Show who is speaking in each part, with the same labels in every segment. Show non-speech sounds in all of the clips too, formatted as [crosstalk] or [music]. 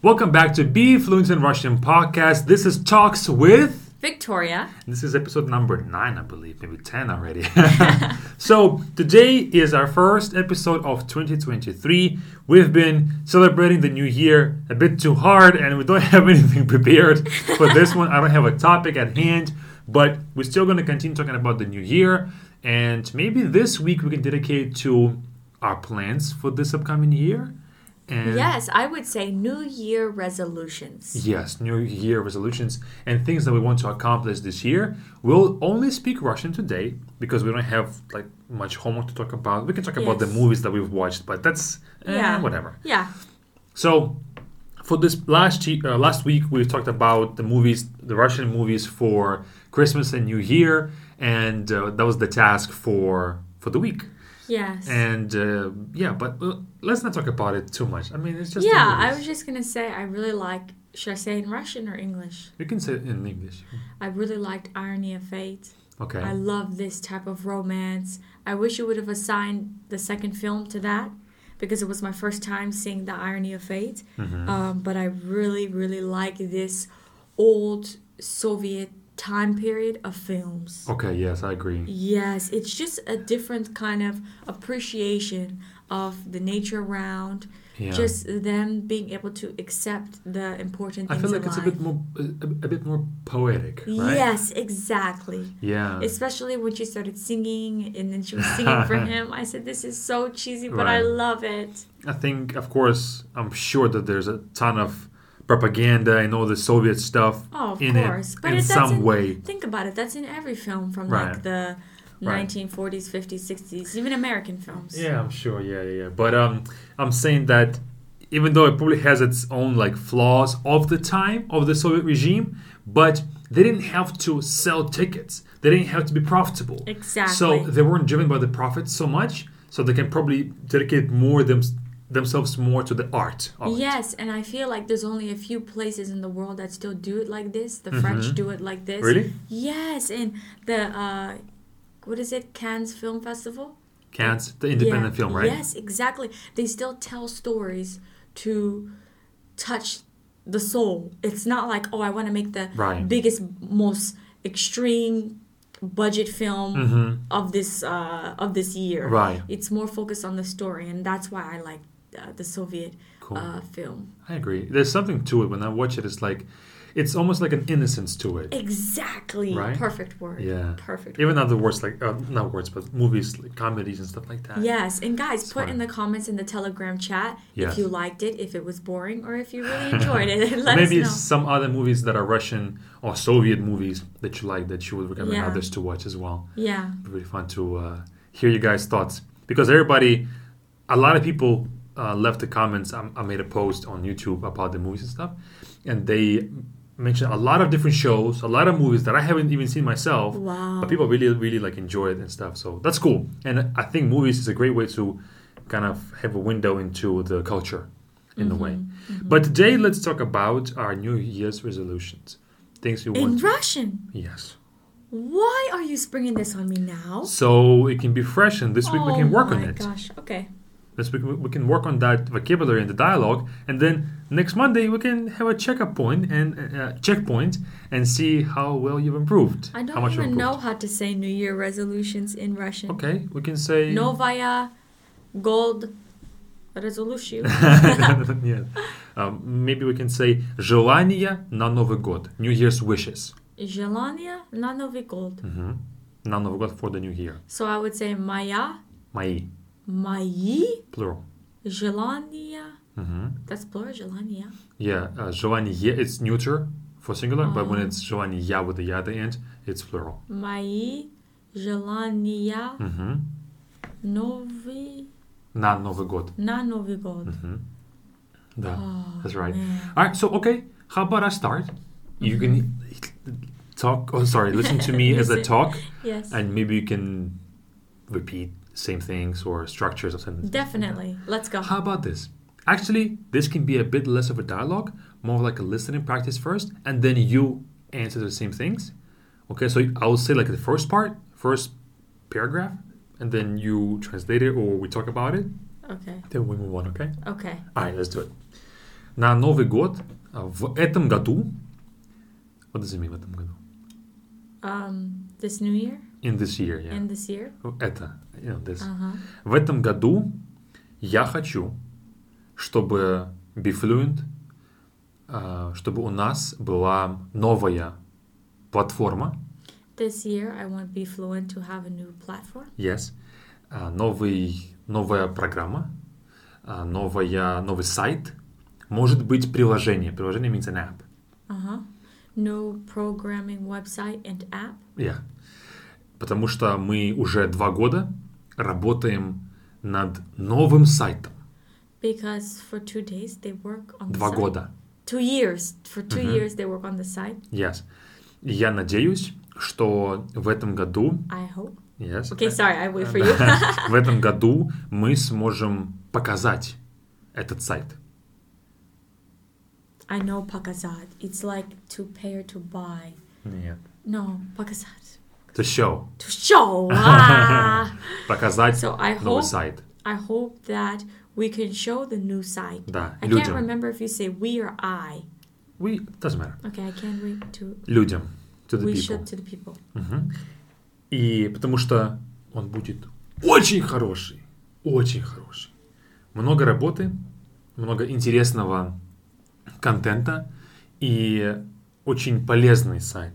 Speaker 1: Welcome back to Be Fluent in Russian podcast. This is Talks with.
Speaker 2: Victoria.
Speaker 1: This is episode number nine, I believe, maybe 10 already. [laughs] so, today is our first episode of 2023. We've been celebrating the new year a bit too hard, and we don't [laughs] have anything prepared for this one. I don't have a topic at hand, but we're still going to continue talking about the new year. And maybe this week we can dedicate to our plans for this upcoming year. And
Speaker 2: Yes, I would say New Year resolutions.
Speaker 1: Yes, New Year resolutions and things that we want to accomplish this year. We'll only speak Russian today because we don't have like much homework to talk about. We can talk about the
Speaker 2: Yes.
Speaker 1: movies that we've watched, but that's eh,
Speaker 2: Yeah.
Speaker 1: whatever.
Speaker 2: Yeah.
Speaker 1: So for this last ye- uh, last week, we talked about the movies, the Russian movies for Christmas and New Year, and uh, that was the task for for the week.
Speaker 2: Yes.
Speaker 1: And uh, yeah, but uh, let's not talk about it too much. I mean, it's just the
Speaker 2: yeah, I
Speaker 1: movies.
Speaker 2: was just going to say I really like should I say in Russian or English?
Speaker 1: you can say it in English.
Speaker 2: I really liked Irony of Fate.
Speaker 1: Okay.
Speaker 2: I love this type of romance. I wish you would have assigned the second film to that because it was my first time seeing The Irony of Fate.
Speaker 1: Mm-hmm.
Speaker 2: Um, but I really, really like this old Soviet time period of films.
Speaker 1: Okay, yes, I agree.
Speaker 2: Yes, it's just a different kind of appreciation of the nature around.
Speaker 1: Yeah.
Speaker 2: Just them being able to accept the important
Speaker 1: I
Speaker 2: things.
Speaker 1: feel like
Speaker 2: in
Speaker 1: it's a
Speaker 2: life.
Speaker 1: bit more a, a bit more poetic, right?
Speaker 2: Yes, exactly.
Speaker 1: Yeah.
Speaker 2: Especially when she started singing and then she was singing
Speaker 1: [laughs]
Speaker 2: for him. I said, This is so cheesy, but I
Speaker 1: Right.
Speaker 2: love it.
Speaker 1: I think of course I'm sure that there's a ton of propaganda and all the Soviet stuff
Speaker 2: Oh, of
Speaker 1: in
Speaker 2: course.
Speaker 1: it
Speaker 2: But
Speaker 1: in
Speaker 2: it
Speaker 1: some
Speaker 2: doesn't-
Speaker 1: way.
Speaker 2: Think about it. That's in every film from
Speaker 1: Right.
Speaker 2: like the
Speaker 1: Right.
Speaker 2: 1940s, 50s, 60s, even American films.
Speaker 1: Yeah, I'm sure. Yeah, yeah, yeah. But um, I'm saying that even though it probably has its own like flaws of the time of the Soviet regime, but they didn't have to sell tickets. They didn't have to be profitable. So
Speaker 2: Exactly.
Speaker 1: they weren't driven by the profits so much. So they can probably dedicate more them themselves more to the art. Of it.
Speaker 2: Yes, and I feel like there's only a few places in the world that still do it like this. The French do it like this.
Speaker 1: Mm-hmm. Really?
Speaker 2: Yes, and the uh, what is it? Cannes Film Festival.
Speaker 1: Can't the independent
Speaker 2: Yeah.
Speaker 1: film, right?
Speaker 2: Yes, exactly. They still tell stories to touch the soul. It's not like, oh, I want to make the
Speaker 1: Right.
Speaker 2: biggest, most extreme budget film
Speaker 1: hmm
Speaker 2: of this uh, of this year.
Speaker 1: Right.
Speaker 2: It's more focused on the story, and that's why I like uh, the Soviet
Speaker 1: Cool.
Speaker 2: uh, film.
Speaker 1: I agree. There's something to it when I watch it. It's like, it's almost like an innocence to it.
Speaker 2: Exactly.
Speaker 1: Right?
Speaker 2: Perfect word.
Speaker 1: Yeah.
Speaker 2: Perfect.
Speaker 1: Even other words like uh, not words, but movies, like comedies and stuff like that.
Speaker 2: Yes, and guys, put in
Speaker 1: Smart.
Speaker 2: the comments in the Telegram chat
Speaker 1: Yes.
Speaker 2: if you liked it, if it was boring, or if you
Speaker 1: [laughs]
Speaker 2: really enjoyed it. [laughs]
Speaker 1: Or
Speaker 2: Let
Speaker 1: Maybe
Speaker 2: us know.
Speaker 1: some other movies that are Russian or Soviet movies that you like that you would recommend
Speaker 2: Yeah.
Speaker 1: others to watch as well.
Speaker 2: Yeah.
Speaker 1: It'd be really fun to uh, hear you guys' thoughts because everybody, a lot of people uh, left the comments. I, I made a post on YouTube about the movies and stuff, and they mentioned a lot of different shows, a lot of movies that I haven't even seen myself.
Speaker 2: Wow.
Speaker 1: but people really really like enjoy it and stuff so that's cool and i think movies is a great way to kind of have a window into the culture in
Speaker 2: Mm-hmm.
Speaker 1: a way but today let's talk about our new year's resolutions things we
Speaker 2: in
Speaker 1: want
Speaker 2: Russian.
Speaker 1: yes
Speaker 2: Why are you springing this on me now? Oh
Speaker 1: so it can be fresh and this week we can work on
Speaker 2: my
Speaker 1: it
Speaker 2: Gosh. Okay.
Speaker 1: this week we we can work on that vocabulary and the dialogue and then next monday we can have a checkup point and uh, checkpoint and see how well you've improved
Speaker 2: I
Speaker 1: how
Speaker 2: don't
Speaker 1: much you
Speaker 2: even
Speaker 1: improved.
Speaker 2: know how to say New Year resolutions in Russian.
Speaker 1: okay we can say [laughs]
Speaker 2: Novaya gold
Speaker 1: [laughs]
Speaker 2: resolution.
Speaker 1: Нет. Um, maybe we can say желание на Новый год. New Year's wishes.
Speaker 2: Желание на Новый год.
Speaker 1: Мгм. На Новый год for the New Year.
Speaker 2: So I would say моя,
Speaker 1: Мои.
Speaker 2: мои
Speaker 1: Plural.
Speaker 2: желания.
Speaker 1: Мгм.
Speaker 2: That's plural, желания.
Speaker 1: Yeah. uh, желание, it's neuter for singular, but when
Speaker 2: Oh.
Speaker 1: it's желание with the я at the end, it's plural.
Speaker 2: Мои желания
Speaker 1: Мгм.
Speaker 2: новый
Speaker 1: На Новый год.
Speaker 2: на Новый год.
Speaker 1: Мгм. Да.
Speaker 2: Oh,
Speaker 1: That's right.
Speaker 2: man.
Speaker 1: All right. So okay, how about I start? You can talk. Oh, sorry. Listen to me as I
Speaker 2: Listen.
Speaker 1: talk,
Speaker 2: Yes.
Speaker 1: and maybe you can repeat same things or structures of sentences.
Speaker 2: Definitely. Let's go.
Speaker 1: How about this? Actually, this can be a bit less of a dialogue, more like a listening practice first, and then you answer the same things. Okay, so I will say like the first part, first paragraph, and then you translate it or we talk about it.
Speaker 2: Okay.
Speaker 1: Then we move on, okay?
Speaker 2: Okay.
Speaker 1: All right, let's do it. А, на Новый год а, в этом году. What does it mean в этом году?
Speaker 2: Um, this new year
Speaker 1: In this year, yeah.
Speaker 2: and this year.
Speaker 1: Это, you know, this.
Speaker 2: Uh-huh.
Speaker 1: В этом году я хочу, чтобы Be Fluent, а, чтобы у нас была новая платформа,
Speaker 2: This year, I want Be Fluent to have a new platform,
Speaker 1: yes, а, новый, новая программа, а, новая, новый сайт, может быть приложение. Приложение means an app.
Speaker 2: uh-huh. new programming website and app.
Speaker 1: Yeah. Потому что мы уже два года работаем над новым сайтом.
Speaker 2: Because for two days they work on
Speaker 1: Два
Speaker 2: the site.
Speaker 1: года.
Speaker 2: Two years. For 2
Speaker 1: Mhm.
Speaker 2: years they work on the site.
Speaker 1: Yes. И Я надеюсь, что в этом году...
Speaker 2: I hope.
Speaker 1: Yes.
Speaker 2: Okay, sorry, I wait for
Speaker 1: Uh,
Speaker 2: you.
Speaker 1: [laughs] Да. В этом году мы сможем показать этот сайт.
Speaker 2: I know pakazat. It's like to pay or to buy.
Speaker 1: Нет.
Speaker 2: No, pakazat.
Speaker 1: To show.
Speaker 2: To
Speaker 1: [laughs]
Speaker 2: show. Ah!
Speaker 1: Показать
Speaker 2: so I
Speaker 1: новый
Speaker 2: hope
Speaker 1: сайт.
Speaker 2: I hope that we can show the new site.
Speaker 1: Да,
Speaker 2: I can't
Speaker 1: людям.
Speaker 2: remember if you say we or I.
Speaker 1: We, doesn't matter.
Speaker 2: Okay, I can't wait to
Speaker 1: Людям. To the
Speaker 2: we
Speaker 1: people.
Speaker 2: should to the people.
Speaker 1: Мгм. И потому что он будет очень хороший, очень хороший. Много работы, много интересного контента и очень полезный сайт.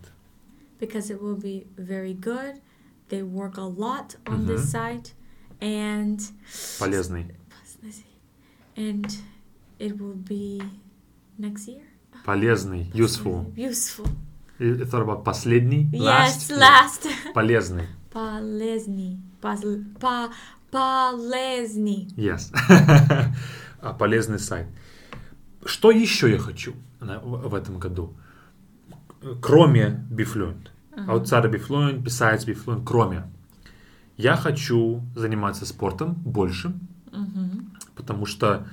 Speaker 2: because it will be very good. They work a lot on this
Speaker 1: Mhm.
Speaker 2: site, and
Speaker 1: Полезный.
Speaker 2: and it will be next year.
Speaker 1: Полезный. Useful.
Speaker 2: Useful.
Speaker 1: И Это about последний.
Speaker 2: Yes,
Speaker 1: last.
Speaker 2: last. [laughs]
Speaker 1: Полезный.
Speaker 2: Полезный. Позл- по- Полезный.
Speaker 1: Yes. [laughs] А, Полезный сайт. Что еще я хочу на- в в этом году? Кроме А Befluent. Outside of Befluent, besides Befluent, кроме. Я хочу заниматься спортом больше,
Speaker 2: Мгм.
Speaker 1: потому что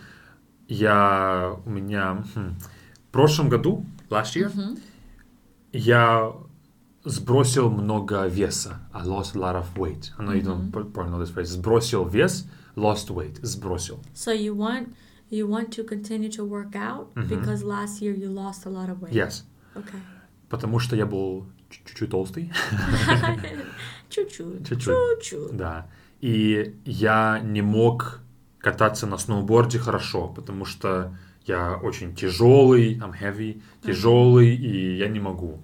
Speaker 1: я у меня хм, в прошлом году, last year,
Speaker 2: Мгм.
Speaker 1: я сбросил много веса. I lost a lot of weight. I know you don't
Speaker 2: Мгм.
Speaker 1: pr- probably know this phrase. Сбросил вес, lost weight. Сбросил.
Speaker 2: So you want you want to continue to work out
Speaker 1: Mhm.
Speaker 2: because last year you lost a lot of weight.
Speaker 1: Yes.
Speaker 2: Okay.
Speaker 1: Потому что я был ч- чуть-чуть толстый. [laughs]
Speaker 2: Чуть-чуть.
Speaker 1: Чуть-чуть.
Speaker 2: Чуть-чуть.
Speaker 1: Да. И я не мог кататься на сноуборде хорошо, потому что я очень тяжелый, I'm heavy, тяжелый, и я не могу.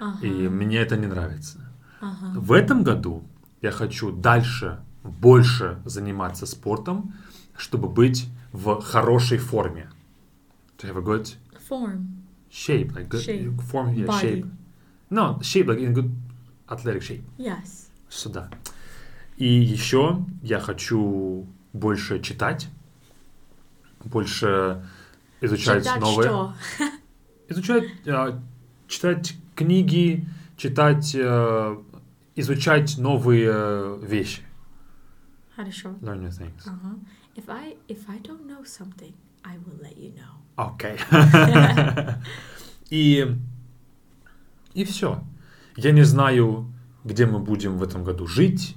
Speaker 2: Ага.
Speaker 1: И мне это не нравится.
Speaker 2: Ага.
Speaker 1: В этом году я хочу дальше, больше заниматься спортом, чтобы быть в хорошей форме. To have a good
Speaker 2: Form.
Speaker 1: shape, like good
Speaker 2: Shape.
Speaker 1: form, yeah,
Speaker 2: Body.
Speaker 1: shape. No, shape, like in good athletic shape.
Speaker 2: Yes.
Speaker 1: сюда. И еще я хочу больше читать, больше изучать
Speaker 2: Читать
Speaker 1: новые.
Speaker 2: что? [laughs]
Speaker 1: Изучать, э, читать книги, читать, э, изучать новые э, вещи.
Speaker 2: Хорошо.
Speaker 1: Learn new things.
Speaker 2: Ага. Uh-huh. If I if I don't know something, I will let you know.
Speaker 1: Окей. И и все. Я не знаю, где мы будем в этом году жить,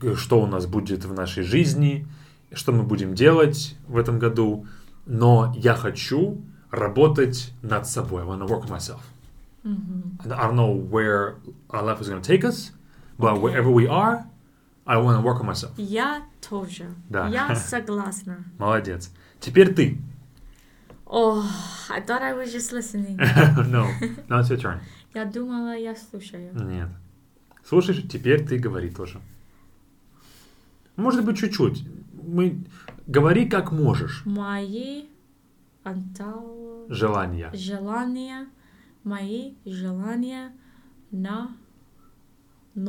Speaker 1: г- что у нас будет в нашей жизни, что мы будем делать в этом году, но я хочу работать над собой. I wanna work on myself.
Speaker 2: Мгм.
Speaker 1: And I don't know where our life is going to take us, but
Speaker 2: Okay.
Speaker 1: wherever we are, I want to work on myself.
Speaker 2: Я тоже.
Speaker 1: Да.
Speaker 2: Я согласна.
Speaker 1: Молодец. Теперь ты. [laughs]
Speaker 2: О, Oh, I thought I was just listening.
Speaker 1: no, now it's your turn.
Speaker 2: Я думала, я слушаю.
Speaker 1: Нет. Слушай, теперь ты говори тоже. Может быть, чуть-чуть. Мы... Говори как можешь.
Speaker 2: Мои антау...
Speaker 1: Желания.
Speaker 2: желания, мои желания на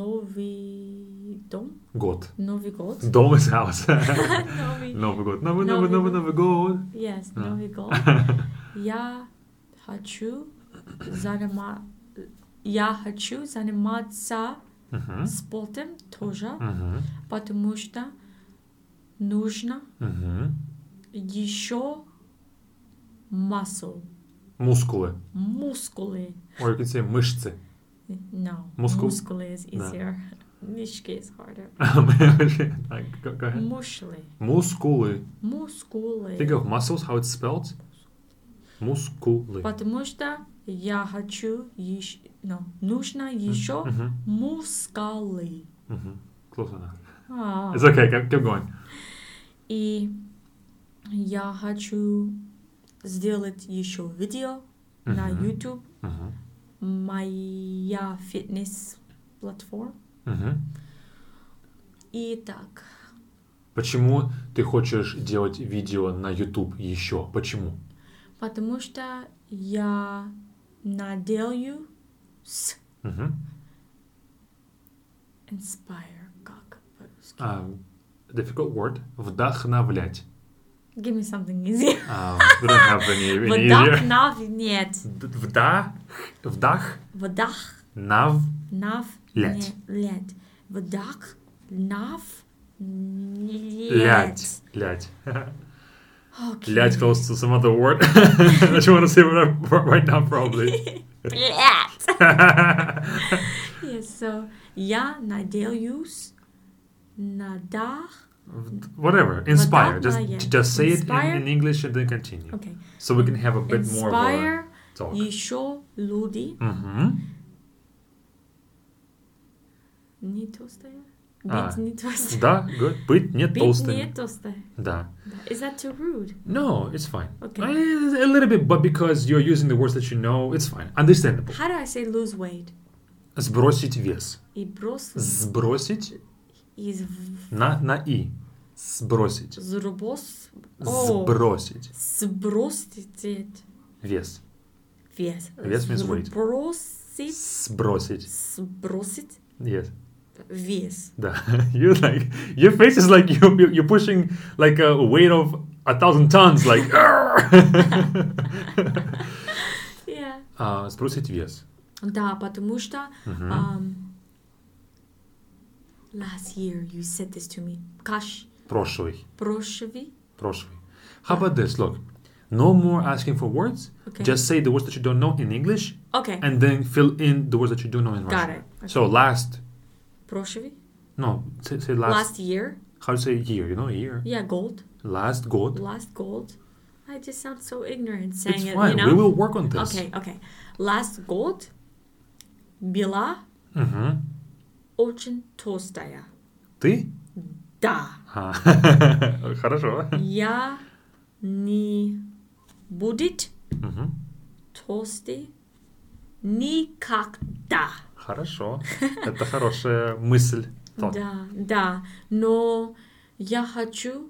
Speaker 2: новый дом,
Speaker 1: Год.
Speaker 2: Новый
Speaker 1: [laughs]
Speaker 2: год.
Speaker 1: Дом из house.
Speaker 2: Новый.
Speaker 1: Новый год. Новый, новый, новый, новый год.
Speaker 2: Yes,
Speaker 1: Да.
Speaker 2: Новый
Speaker 1: [laughs]
Speaker 2: год. Я хочу занима... Я хочу заниматься
Speaker 1: Мгм.
Speaker 2: спортом тоже,
Speaker 1: Мгм.
Speaker 2: потому что нужно
Speaker 1: Мгм.
Speaker 2: еще массу,
Speaker 1: Мускулы.
Speaker 2: мускулы.
Speaker 1: Or you could say мышцы. [laughs]
Speaker 2: No,
Speaker 1: Мускул?
Speaker 2: мускулы is
Speaker 1: Да.
Speaker 2: easier. [laughs] Мишки is harder.
Speaker 1: Так, go- go ahead.
Speaker 2: Мушли.
Speaker 1: Мускулы.
Speaker 2: Мускулы.
Speaker 1: Think of muscles, how it's spelled. Мускулы.
Speaker 2: Потому что я хочу еще... No, нужно еще
Speaker 1: Мгм,
Speaker 2: мускулы.
Speaker 1: мгм. Close enough.
Speaker 2: А.
Speaker 1: It's okay. Keep, keep going.
Speaker 2: И я хочу сделать еще видео на
Speaker 1: Мгм.
Speaker 2: YouTube.
Speaker 1: Мгм,
Speaker 2: Моя фитнес-платформа.
Speaker 1: мгм.
Speaker 2: И так,
Speaker 1: Почему ты хочешь делать видео на YouTube еще? Почему?
Speaker 2: потому что я надеюсь
Speaker 1: Мгм.
Speaker 2: inspire, как по-русски.
Speaker 1: А, difficult word. Вдохновлять.
Speaker 2: Give me something easy.
Speaker 1: А, we don't have any- any easier.
Speaker 2: Вдохнав нет.
Speaker 1: Д- Вдах. Вдах.
Speaker 2: Вдох
Speaker 1: Нав.
Speaker 2: нав
Speaker 1: Лять.
Speaker 2: лет. Вдох нав
Speaker 1: Лять.
Speaker 2: лет.
Speaker 1: Лять.
Speaker 2: Окей.
Speaker 1: Лять close to some other word [laughs] that you want to say right right now probably. [laughs]
Speaker 2: Блядь. Yes, so я надеюсь на дах.
Speaker 1: Whatever. Inspire. Just
Speaker 2: Вдохновлять.
Speaker 1: just say it
Speaker 2: Inspire.
Speaker 1: in, in English and then continue.
Speaker 2: Окей.
Speaker 1: So we can have a bit more of a
Speaker 2: Inspire
Speaker 1: talk. Mm-hmm.
Speaker 2: еще люди.
Speaker 1: Мгм.
Speaker 2: Не толстая.
Speaker 1: А.
Speaker 2: Быть не
Speaker 1: [laughs]
Speaker 2: толстая.
Speaker 1: Да, good. Быть не
Speaker 2: Быть
Speaker 1: толстым.
Speaker 2: не толстая.
Speaker 1: Да.
Speaker 2: Да. Is that too rude?
Speaker 1: No, it's fine.
Speaker 2: Okay.
Speaker 1: Eh, A little bit, but because you're using the words that you know, it's fine. Understandable.
Speaker 2: How do I say lose weight?
Speaker 1: Сбросить вес.
Speaker 2: И бросить
Speaker 1: Сбросить
Speaker 2: из
Speaker 1: на, на и. Сбросить.
Speaker 2: зробос. О,
Speaker 1: Сбросить
Speaker 2: сбросить
Speaker 1: вес.
Speaker 2: вес.
Speaker 1: Вес means weight.
Speaker 2: Сбросить,
Speaker 1: Сбросить.
Speaker 2: сбросить
Speaker 1: Yes.
Speaker 2: вес.
Speaker 1: Да. [laughs] You like your face is like you you- you're pushing like a weight of a thousand tons like. [laughs]
Speaker 2: Yeah.
Speaker 1: А, Ah, Сбросить вес.
Speaker 2: Да, потому что
Speaker 1: Мгм.
Speaker 2: um, last year you said this to me. Каш
Speaker 1: Прошлый.
Speaker 2: прошви.
Speaker 1: Прошлый. How about this? Look, no more asking for words.
Speaker 2: Okay.
Speaker 1: Just say the words that you don't know in English,
Speaker 2: Okay.
Speaker 1: and then fill in the words that you do know in
Speaker 2: Got
Speaker 1: Russian.
Speaker 2: it. Okay.
Speaker 1: So last,
Speaker 2: Прошви.
Speaker 1: no, say, say last,
Speaker 2: Last year.
Speaker 1: How to say year? You know, year.
Speaker 2: Yeah, gold.
Speaker 1: Last god.
Speaker 2: Last gold. I just sound so ignorant saying
Speaker 1: It's
Speaker 2: it,
Speaker 1: fine.
Speaker 2: you know?
Speaker 1: We will work on this.
Speaker 2: Okay, okay. Last год была
Speaker 1: Мгм.
Speaker 2: очень толстая.
Speaker 1: Ты?
Speaker 2: Да,
Speaker 1: А, [laughs] Хорошо.
Speaker 2: я не будет
Speaker 1: Мгм.
Speaker 2: толстой никогда. [laughs]
Speaker 1: Хорошо. Это хорошая мысль. Thought.
Speaker 2: Да, да. Но я хочу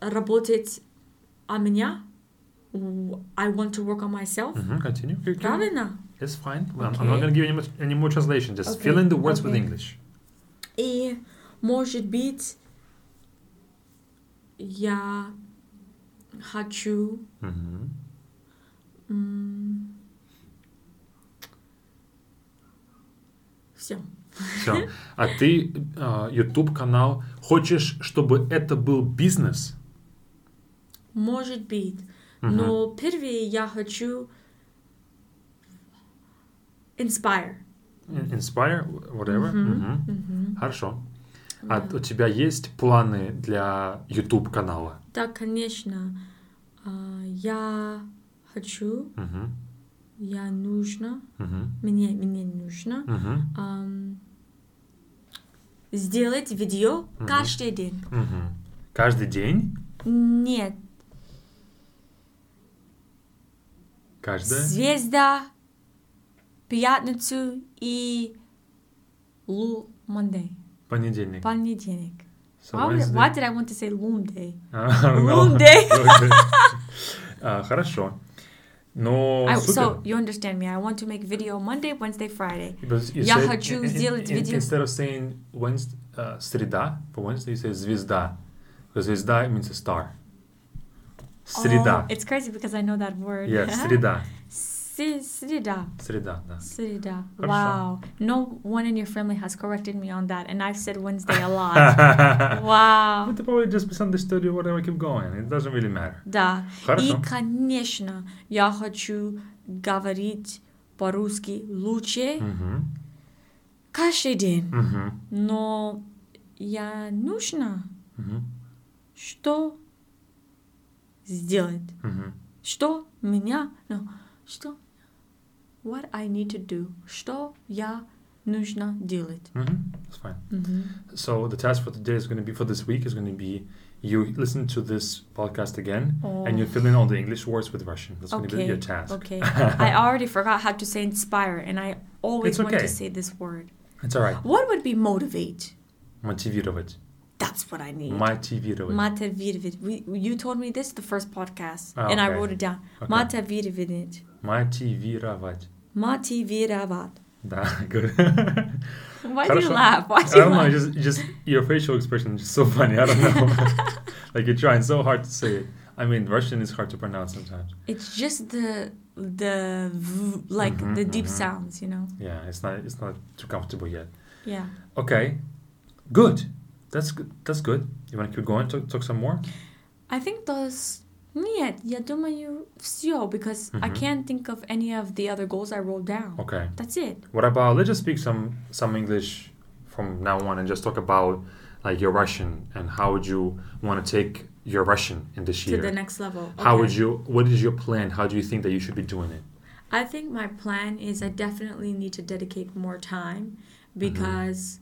Speaker 2: работать о меня. I want to work on myself.
Speaker 1: Мгм, Continue. You can-
Speaker 2: Правильно?
Speaker 1: It's fine. I'm- I'm not
Speaker 2: Okay.
Speaker 1: going to give you any more, any more translation. Just
Speaker 2: Okay,
Speaker 1: fill in the words with
Speaker 2: okay.
Speaker 1: English.
Speaker 2: И, может быть, я хочу [laughs]
Speaker 1: Мгм.
Speaker 2: все.
Speaker 1: Все. А ты а, YouTube канал хочешь, чтобы это был бизнес?
Speaker 2: Может быть. Но первое я хочу inspire.
Speaker 1: In- Inspire, whatever. Мгм.
Speaker 2: Мгм.
Speaker 1: Хорошо. А у тебя есть планы для YouTube канала?
Speaker 2: Да, конечно. А, Я хочу,
Speaker 1: Мгм.
Speaker 2: я нужно,
Speaker 1: Мгм.
Speaker 2: мне, мне нужно
Speaker 1: Мгм.
Speaker 2: ам, сделать видео каждый день.
Speaker 1: Мгм. Каждый день?
Speaker 2: Нет,
Speaker 1: Каждое?
Speaker 2: звезда, пятницу и лу Monday,
Speaker 1: Понедельник.
Speaker 2: понедельник. А
Speaker 1: So
Speaker 2: Why, would-
Speaker 1: Wednesday. [laughs] А,
Speaker 2: why did I want to say Monday?
Speaker 1: I don't know. [laughs]
Speaker 2: Monday.
Speaker 1: Okay. А, Хорошо. Но
Speaker 2: I,
Speaker 1: супер.
Speaker 2: А, so you understand me. I want to make video Monday, Wednesday, Friday.
Speaker 1: Because you
Speaker 2: Я
Speaker 1: said-
Speaker 2: хочу
Speaker 1: in- in-
Speaker 2: сделать
Speaker 1: in-
Speaker 2: видео.
Speaker 1: Instead of saying Wednesday, uh, среда, for Wednesday you say звезда. Because звезда means a star. Среда.
Speaker 2: Oh, it's crazy because I know that word. [laughs]
Speaker 1: Yeah, среда.
Speaker 2: Се- Среда.
Speaker 1: Среда, да.
Speaker 2: Среда.
Speaker 1: Хорошо.
Speaker 2: Wow. No one in your family has corrected me on that, and I've said Wednesday a
Speaker 1: [laughs]
Speaker 2: lot. wow.
Speaker 1: But they probably just misunderstood you, whatever, keep going. It doesn't really matter.
Speaker 2: Да.
Speaker 1: Хорошо.
Speaker 2: И, конечно, я хочу говорить по-русски лучше
Speaker 1: Мгм.
Speaker 2: каждый день.
Speaker 1: Hmm. Мгм.
Speaker 2: Но я нужно
Speaker 1: Мгм.
Speaker 2: что сделать?
Speaker 1: Мгм.
Speaker 2: Что меня, no, что, what I need to do, что я нужно делать.
Speaker 1: Mm-hmm. That's fine. So the task for today is going to be for this week is going to be you listen to this podcast again and you fill in all the English words with Russian. That's going to be
Speaker 2: Okay,
Speaker 1: your task. [laughs]
Speaker 2: Okay, I already forgot how to say inspire, and I
Speaker 1: It's
Speaker 2: always want
Speaker 1: okay.
Speaker 2: to say this word.
Speaker 1: It's all right.
Speaker 2: What would be motivate?
Speaker 1: Motivировать.
Speaker 2: That's what I need.
Speaker 1: Motivировать.
Speaker 2: Motivate. We, you told me this the first podcast,
Speaker 1: Ah,
Speaker 2: and I
Speaker 1: okay.
Speaker 2: wrote it down.
Speaker 1: Okay.
Speaker 2: Motivate.
Speaker 1: Motivировать.
Speaker 2: Motivировать.
Speaker 1: Да, [laughs]
Speaker 2: [laughs]
Speaker 1: good.
Speaker 2: Why do
Speaker 1: Хорошо.
Speaker 2: you laugh? Why
Speaker 1: I
Speaker 2: do you
Speaker 1: don't know.
Speaker 2: laugh?
Speaker 1: Just, just your facial expression is just so funny. I don't know. [laughs] like you're trying so hard to say it. I mean, Russian is hard to pronounce sometimes.
Speaker 2: It's just the the v, like
Speaker 1: Mhm,
Speaker 2: the deep
Speaker 1: mhm.
Speaker 2: sounds, you know.
Speaker 1: Yeah, it's not. It's not too comfortable yet.
Speaker 2: Yeah.
Speaker 1: Okay, good. That's good. That's good. You want to keep going? Talk, talk some more.
Speaker 2: I think those. Нет, я думаю, все, because I
Speaker 1: Mhm.
Speaker 2: can't think of any of the other goals I wrote down.
Speaker 1: Okay.
Speaker 2: That's it.
Speaker 1: What about? Let's just speak some some English from now on, and just talk about like your Russian and how would you want to take your Russian in this year?
Speaker 2: To the next level.
Speaker 1: How would
Speaker 2: Okay.
Speaker 1: you? What is your plan? How do you think that you should be doing it?
Speaker 2: I think my plan is I definitely need to dedicate more time
Speaker 1: Mm-hmm.
Speaker 2: because,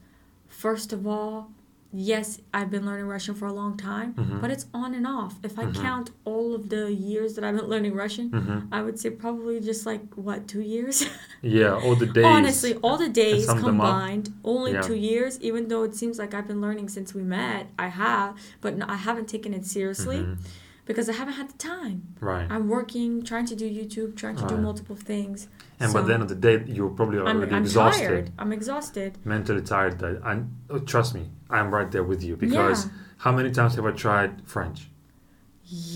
Speaker 2: first of all, yes, I've been learning Russian for a long time,
Speaker 1: Mhm.
Speaker 2: but it's on and off. If
Speaker 1: Mm-hmm.
Speaker 2: I count all of the years that I've been learning Russian,
Speaker 1: Mhm.
Speaker 2: I would say probably just like, what, two years? [laughs]
Speaker 1: Yeah, all the days.
Speaker 2: Honestly, all the days
Speaker 1: sum them up.
Speaker 2: combined, only
Speaker 1: Yeah.
Speaker 2: two years, even though it seems like I've been learning since we met. I have, but no, I haven't taken it seriously
Speaker 1: Mhm.
Speaker 2: because I haven't had the time.
Speaker 1: Right.
Speaker 2: I'm working, trying to do YouTube, trying to do
Speaker 1: Right.
Speaker 2: multiple things.
Speaker 1: And by
Speaker 2: so
Speaker 1: the end of the day, you're probably
Speaker 2: I'm,
Speaker 1: already
Speaker 2: I'm
Speaker 1: exhausted,
Speaker 2: tired. I'm exhausted.
Speaker 1: mentally tired. That and oh, trust me, I'm right there with you because
Speaker 2: Yeah.
Speaker 1: how many times have I tried French?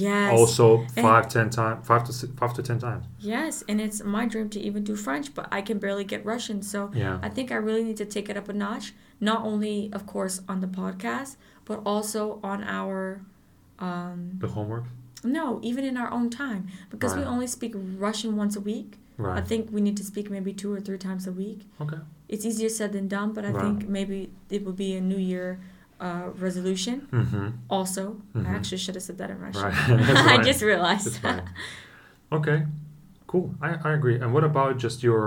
Speaker 2: Yes. Eh.
Speaker 1: Also,
Speaker 2: And-
Speaker 1: five, ten times, five to si- five to ten times.
Speaker 2: Yes, and it's my dream to even do French, but I can barely get Russian. So
Speaker 1: Yeah.
Speaker 2: I think I really need to take it up a notch, not only, of course, on the podcast, but also on our. Um,
Speaker 1: The homework.
Speaker 2: no, even in our own time, because we
Speaker 1: Right.
Speaker 2: only speak Russian once a week.
Speaker 1: Right.
Speaker 2: I think we need to speak maybe two or three times a week.
Speaker 1: Okay.
Speaker 2: It's easier said than done, but I
Speaker 1: Right.
Speaker 2: think maybe it will be a New Year uh, resolution.
Speaker 1: Mm-hmm.
Speaker 2: also i
Speaker 1: Mhm.
Speaker 2: actually should have said that in russian [laughs]
Speaker 1: Right. [laughs]
Speaker 2: i
Speaker 1: Right.
Speaker 2: just
Speaker 1: That's
Speaker 2: realized [laughs]
Speaker 1: fine. okay. Cool. I, I agree. And what about just your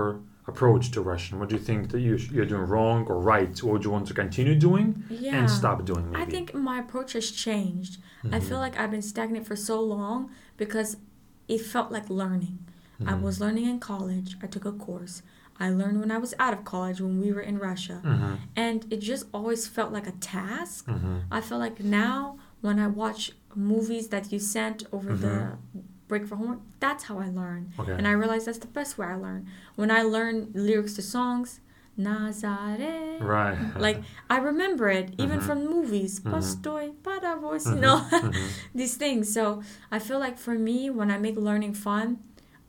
Speaker 1: approach to Russian? What do you think that you sh- you're doing wrong or right? What would you want to continue doing
Speaker 2: yeah
Speaker 1: and stop doing? Maybe. Mm-hmm.
Speaker 2: i think my approach has changed i feel like i've been stagnant for so long because it felt like learning i
Speaker 1: Mhm.
Speaker 2: was learning in college i took a course i learned when i was out of college when we were in russia
Speaker 1: Mm-hmm.
Speaker 2: and it just always felt like a task
Speaker 1: Mm-hmm.
Speaker 2: i feel like now when i watch movies that you sent over the break for homework that's how i learn
Speaker 1: Okay.
Speaker 2: And I realized that's the best way I learn. When I learn lyrics to songs, Nazare.
Speaker 1: right.
Speaker 2: Like I remember it even
Speaker 1: Mhm.
Speaker 2: from movies,
Speaker 1: Mhm.
Speaker 2: Pastoy, Paravos,
Speaker 1: Mhm,
Speaker 2: you know,
Speaker 1: mhm.
Speaker 2: [laughs] these things. So I feel like for me, when I make learning fun,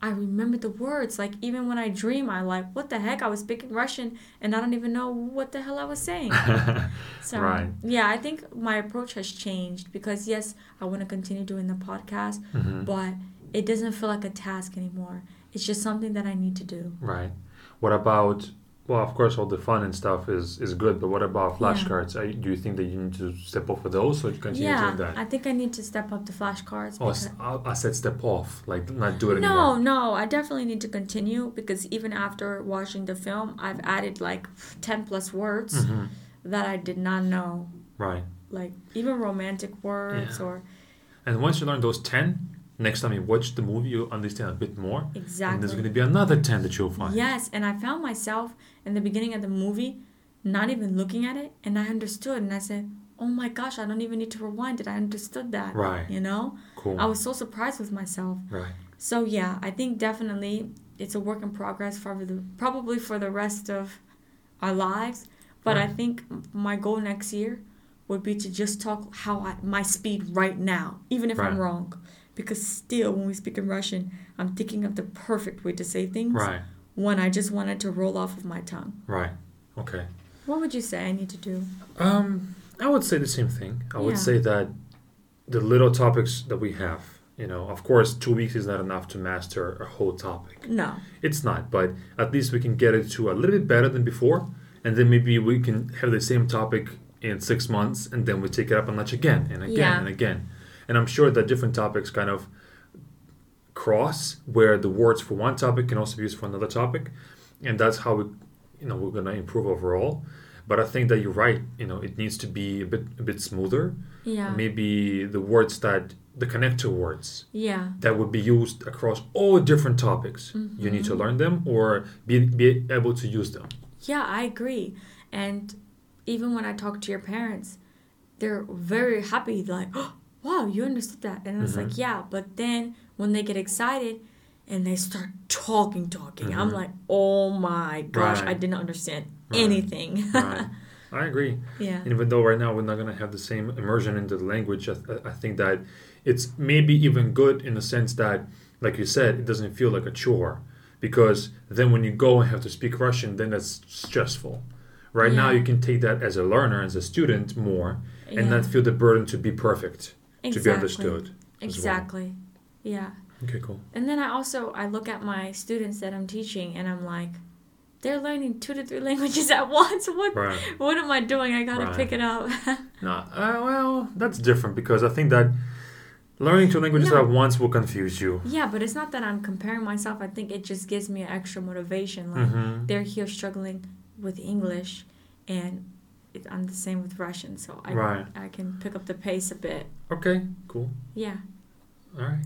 Speaker 2: I remember the words. Like even when I dream, I like, what the heck? I was speaking Russian and I don't even know what the hell I was
Speaker 1: [laughs]
Speaker 2: saying. So
Speaker 1: Right.
Speaker 2: yeah, I think my approach has changed because yes, I want to continue doing the podcast,
Speaker 1: Mhm.
Speaker 2: but it doesn't feel like a task anymore. It's just something that I need to do.
Speaker 1: Right. What about? Well, of course, all the fun and stuff is is good, but what about
Speaker 2: Yeah.
Speaker 1: flashcards? Are you- Do you think that you need to step off of those, or continue
Speaker 2: yeah,
Speaker 1: doing that? Oh,
Speaker 2: I think I need to step up the flashcards.
Speaker 1: or
Speaker 2: because-
Speaker 1: s- I, I said step off, like not do it
Speaker 2: no,
Speaker 1: anymore.
Speaker 2: no, I definitely need to continue because even after watching the film, I've added like 10 plus words
Speaker 1: Mhm.
Speaker 2: that I did not know,
Speaker 1: Right.
Speaker 2: like even romantic words
Speaker 1: Yeah.
Speaker 2: or
Speaker 1: And once you learn those ten, next time you watch the movie, you understand a bit more. And there's
Speaker 2: exactly.
Speaker 1: going to be another ten that you'll find.
Speaker 2: Yes, and I found myself in the beginning of the movie not even looking at it, and I understood, and I said, "Oh my gosh, I don't even need to rewind it. I understood that."
Speaker 1: Right.
Speaker 2: You know,
Speaker 1: Cool.
Speaker 2: I was so surprised with myself.
Speaker 1: right.
Speaker 2: So yeah, I think definitely it's a work in progress for the probably for the rest of our lives. But I
Speaker 1: Right.
Speaker 2: think my goal next year would be to just talk how I, my speed right now, even if I'm
Speaker 1: Right.
Speaker 2: wrong, because still when we speak in Russian, I'm thinking of the perfect way to say things
Speaker 1: Right.
Speaker 2: when I just wanted to roll off of my tongue.
Speaker 1: Right. Okay.
Speaker 2: What would you say I need to do?
Speaker 1: Um, I would say the same thing. I
Speaker 2: Yeah.
Speaker 1: would say that the little topics that we have, you know, of course, two weeks is not enough to master a whole topic.
Speaker 2: No.
Speaker 1: It's not, but at least we can get it to a little bit better than before, and then maybe we can have the same topic in six months, and then we take it up a notch again and again
Speaker 2: Yeah.
Speaker 1: and again. And I'm sure that different topics kind of cross where the words for one topic can also be used for another topic, and that's how we, you know, we're gonna improve overall. But I think that you're right. You know, it needs to be a bit a bit smoother.
Speaker 2: Yeah.
Speaker 1: Maybe the words that the connector words
Speaker 2: Yeah.
Speaker 1: that would be used across all different topics. You need
Speaker 2: Mm-hmm.
Speaker 1: to learn them or be, be able to use
Speaker 2: [laughs]
Speaker 1: them.
Speaker 2: Yeah, I agree. And even when I talk to your parents, they're very happy, like, oh, wow, you understood that. And it's
Speaker 1: Mm-hmm.
Speaker 2: like, yeah. But then when they get excited and they start talking, talking, I'm like, oh my gosh, I
Speaker 1: Mm-hmm. Right.
Speaker 2: did not understand
Speaker 1: Right.
Speaker 2: anything. [laughs]
Speaker 1: Right. I agree.
Speaker 2: yeah.
Speaker 1: even though right now we're not going to have the same immersion into the language I, I think that it's maybe even good in the sense that like you said it doesn't feel like a chore because then when you go and have to speak russian then that's stressful right now
Speaker 2: Yeah.
Speaker 1: you can take that as a learner as a student more and
Speaker 2: yeah.
Speaker 1: not feel the burden to be perfect to be
Speaker 2: Exactly.
Speaker 1: understood as well.
Speaker 2: Exactly. Yeah.
Speaker 1: okay cool
Speaker 2: And then I also I look at my students that I'm teaching and I'm like, they're learning two to three [laughs] languages at once. What
Speaker 1: right
Speaker 2: what am I doing? I gotta
Speaker 1: Right.
Speaker 2: pick it up.
Speaker 1: no uh, well that's different because i think that learning two languages
Speaker 2: No.
Speaker 1: at once will confuse you
Speaker 2: yeah, but it's not that I'm comparing myself. I think it just gives me extra motivation. Like
Speaker 1: hmm
Speaker 2: they're here struggling with English, and it, I'm the same with Russian. So I
Speaker 1: Right.
Speaker 2: I can pick up the pace a bit.
Speaker 1: okay cool
Speaker 2: Yeah.
Speaker 1: All
Speaker 2: [laughs]
Speaker 1: right.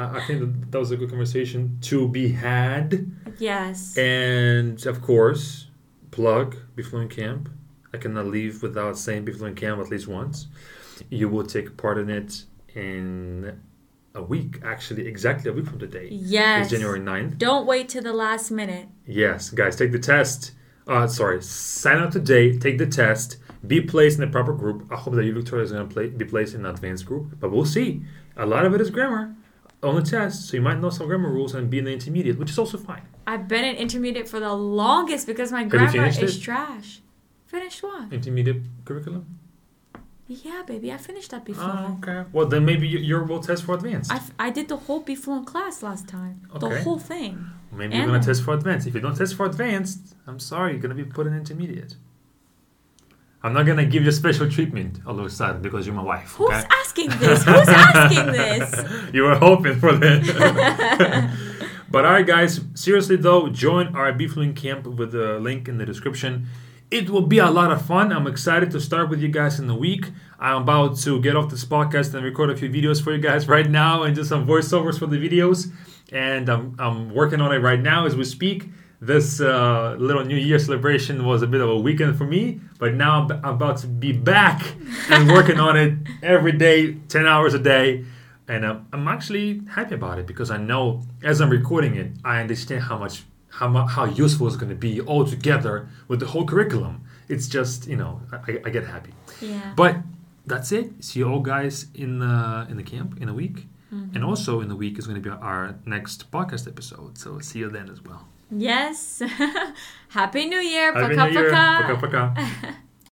Speaker 1: I, I think that, that was a good conversation to be had.
Speaker 2: Yes.
Speaker 1: And of course, plug Befluent Camp. I cannot leave without saying Befluent Camp at least once. You will take part in it in a week, actually, exactly a week from today.
Speaker 2: yes.
Speaker 1: It's January 9th.
Speaker 2: Don't wait till the last minute.
Speaker 1: Yes, guys, take the test. Uh, sorry, sign up today. Take the test. Be placed in the proper group. I hope that you, Victoria, is going to play, be placed in an advanced group, but we'll see. A lot of it is grammar on the test, so you might know some grammar rules and be in the intermediate, which is also fine.
Speaker 2: I've been an intermediate for the longest because my
Speaker 1: you
Speaker 2: grammar
Speaker 1: finished
Speaker 2: is
Speaker 1: it?
Speaker 2: trash. Finished what?
Speaker 1: Intermediate curriculum.
Speaker 2: Yeah, baby, I finished that before.
Speaker 1: Oh, okay. Well, then maybe you, your will test for advanced.
Speaker 2: I, f- I did the whole Be Fluent class last time. The
Speaker 1: Okay.
Speaker 2: whole thing.
Speaker 1: maybe you're
Speaker 2: and-
Speaker 1: going to test for advanced. If you don't test for advanced, I'm sorry, you're going to be put in intermediate. I'm not going to give you special treatment alongside because you're my wife.
Speaker 2: Who's
Speaker 1: okay?
Speaker 2: asking this? Who's asking
Speaker 1: [laughs]
Speaker 2: this?
Speaker 1: you were hoping for that. [laughs] but all right, guys. Seriously though, join our Beefling camp with the link in the description. It will be a lot of fun. I'm excited to start with you guys in the week. I'm about to get off this podcast and record a few videos for you guys right now and do some voiceovers for the videos. And I'm, I'm working on it right now as we speak. This uh, little New Year celebration was a bit of a weekend for me, but now I'm, b- I'm about to be back and working on it every day, 10 hours a day. And I'm, I'm actually happy about it because I know as I'm recording it, I understand how much how mu- how useful it's going to be all together with the whole curriculum. It's just you know I, I- I get happy.
Speaker 2: Yeah.
Speaker 1: But that's it. See you all guys in the in the camp in a week, and also in the week is going to be our next podcast episode. So see you then as well.
Speaker 2: yes. [laughs] Happy New Year.
Speaker 1: Happy
Speaker 2: Paka
Speaker 1: New Year.
Speaker 2: paka.
Speaker 1: Пока-пока.